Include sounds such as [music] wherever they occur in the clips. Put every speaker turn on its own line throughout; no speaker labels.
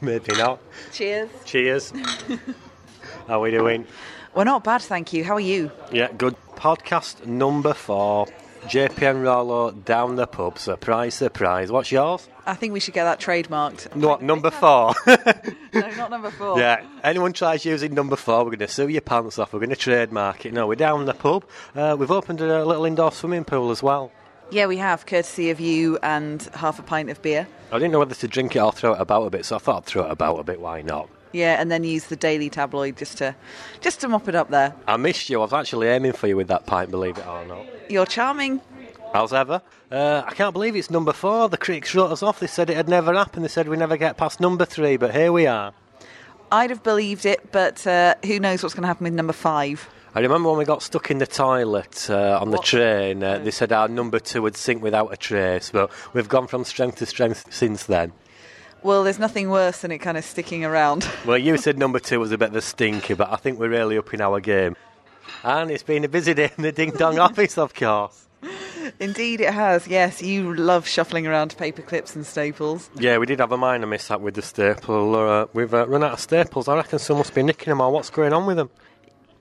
Murphy now.
Cheers.
Cheers. How are we doing?
We're not bad, thank you. How are you?
Yeah, good. Podcast number four. JPN Rollo down the pub. Surprise, surprise. What's yours?
I think we should get that trademarked.
[laughs] No, number four.
No, not number
[laughs]
four.
yeah. Anyone tries using number four, we're going to sue your pants off. We're going to trademark it. No, we're down the pub. Uh, we've opened a little indoor swimming pool as well.
Yeah, we have, courtesy of you and half a pint of beer.
I didn't know whether to drink it or throw it about a bit, so I thought I'd throw it about a bit. Why not?
Yeah, and then use the daily tabloid just to just to mop it up there.
I missed you. I was actually aiming for you with that pint, believe it or not.
You're charming.
How's ever? Uh, I can't believe it's number four. The critics wrote us off. They said it had never happened. They said we never get past number three, but here we are.
I'd have believed it, but uh, who knows what's going to happen with number five?
I remember when we got stuck in the toilet uh, on the
What?
train, uh, they said our number two would sink without a trace, but we've gone from strength to strength since then.
Well, there's nothing worse than it kind of sticking around. [laughs]
Well, you said number two was a bit of a stinker, but I think we're really up in our game. And it's been a busy day in the Ding Dong office, of course.
Indeed, it has. Yes, you love shuffling around to paper clips and staples.
Yeah, we did have a minor mishap with the staple. Uh, we've uh, run out of staples. I reckon someone must be nicking them or what's going on with them.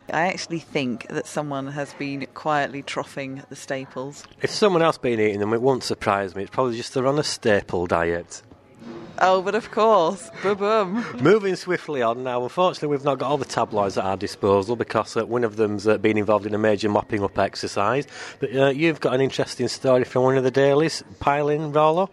I actually think that someone has been quietly troughing the staples.
If someone else been eating them, it won't surprise me. It's probably just they're on a staple diet.
Oh, but of course, boom, boom.
Moving swiftly on now, unfortunately, we've not got all the tabloids at our disposal because uh, one of them's uh, been involved in a major mopping up exercise. But uh, you've got an interesting story from one of the dailies, Piling Rollo.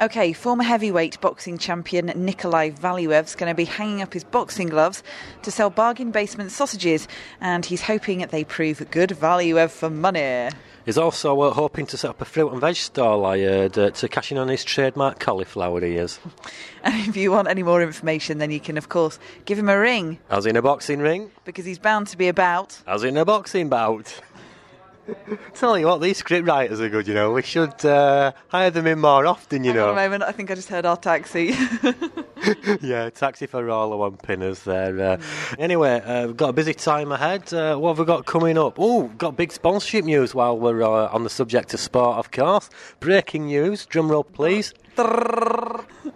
Okay, former heavyweight boxing champion Nikolai Valuev's going to be hanging up his boxing gloves to sell bargain basement sausages, and he's hoping that they prove good value for money.
He's also uh, hoping to set up a fruit and veg stall, I heard, uh, to cash in on his trademark cauliflower ears.
And if you want any more information, then you can, of course, give him a ring
As in a boxing ring,
because he's bound to be about.
as in a boxing bout. [laughs] Tell you what, these script writers are good, you know. We should uh, hire them in more often, you
Hang on
know.
a moment, I think I just heard our taxi. [laughs]
yeah, taxi for Rollo on pinners there. Uh, anyway, uh, we've got a busy time ahead. Uh, what have we got coming up? Oh, got big sponsorship news while we're uh, on the subject of sport, of course. Breaking news, drum roll please.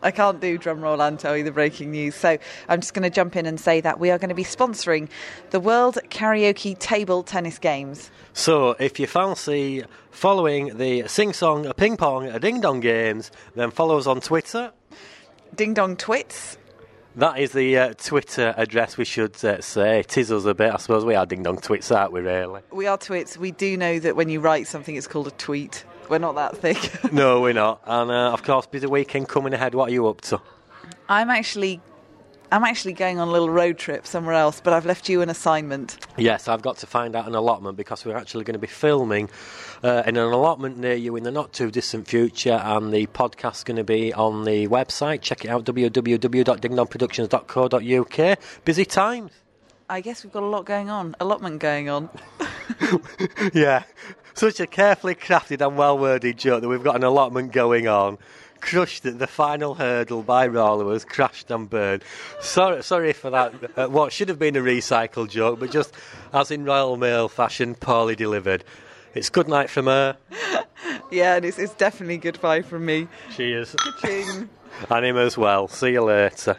I can't do drum roll and tell you the breaking news. So I'm just going to jump in and say that we are going to be sponsoring the World Karaoke Table Tennis Games.
So, if you fancy following the sing song, a ping pong, a ding dong games, then follow us on Twitter.
Ding dong twits.
That is the uh, Twitter address, we should uh, say. It is us a bit, I suppose. We are ding dong twits, aren't we, really?
We are twits. We do know that when you write something, it's called a tweet. We're not that
[laughs]
thick. [laughs]
no, we're not. And, uh, of course, busy weekend coming ahead. What are you up to?
I'm actually. I'm actually going on a little road trip somewhere else, but I've left you an assignment.
Yes, I've got to find out an allotment because we're actually going to be filming uh, in an allotment near you in the not too distant future, and the podcast's going to be on the website. Check it out www.dingdongproductions.co.uk. Busy times.
I guess we've got a lot going on, allotment going on. [laughs]
yeah, such a carefully crafted and well worded joke that we've got an allotment going on. Crushed at the final hurdle by Roller was crashed and burned. Sorry, sorry for that. Uh, what should have been a recycled joke, but just as in Royal Mail fashion, poorly delivered. It's good night from her.
Yeah, and it's, it's definitely goodbye from me.
Cheers.
Ching.
And him as well. See you later.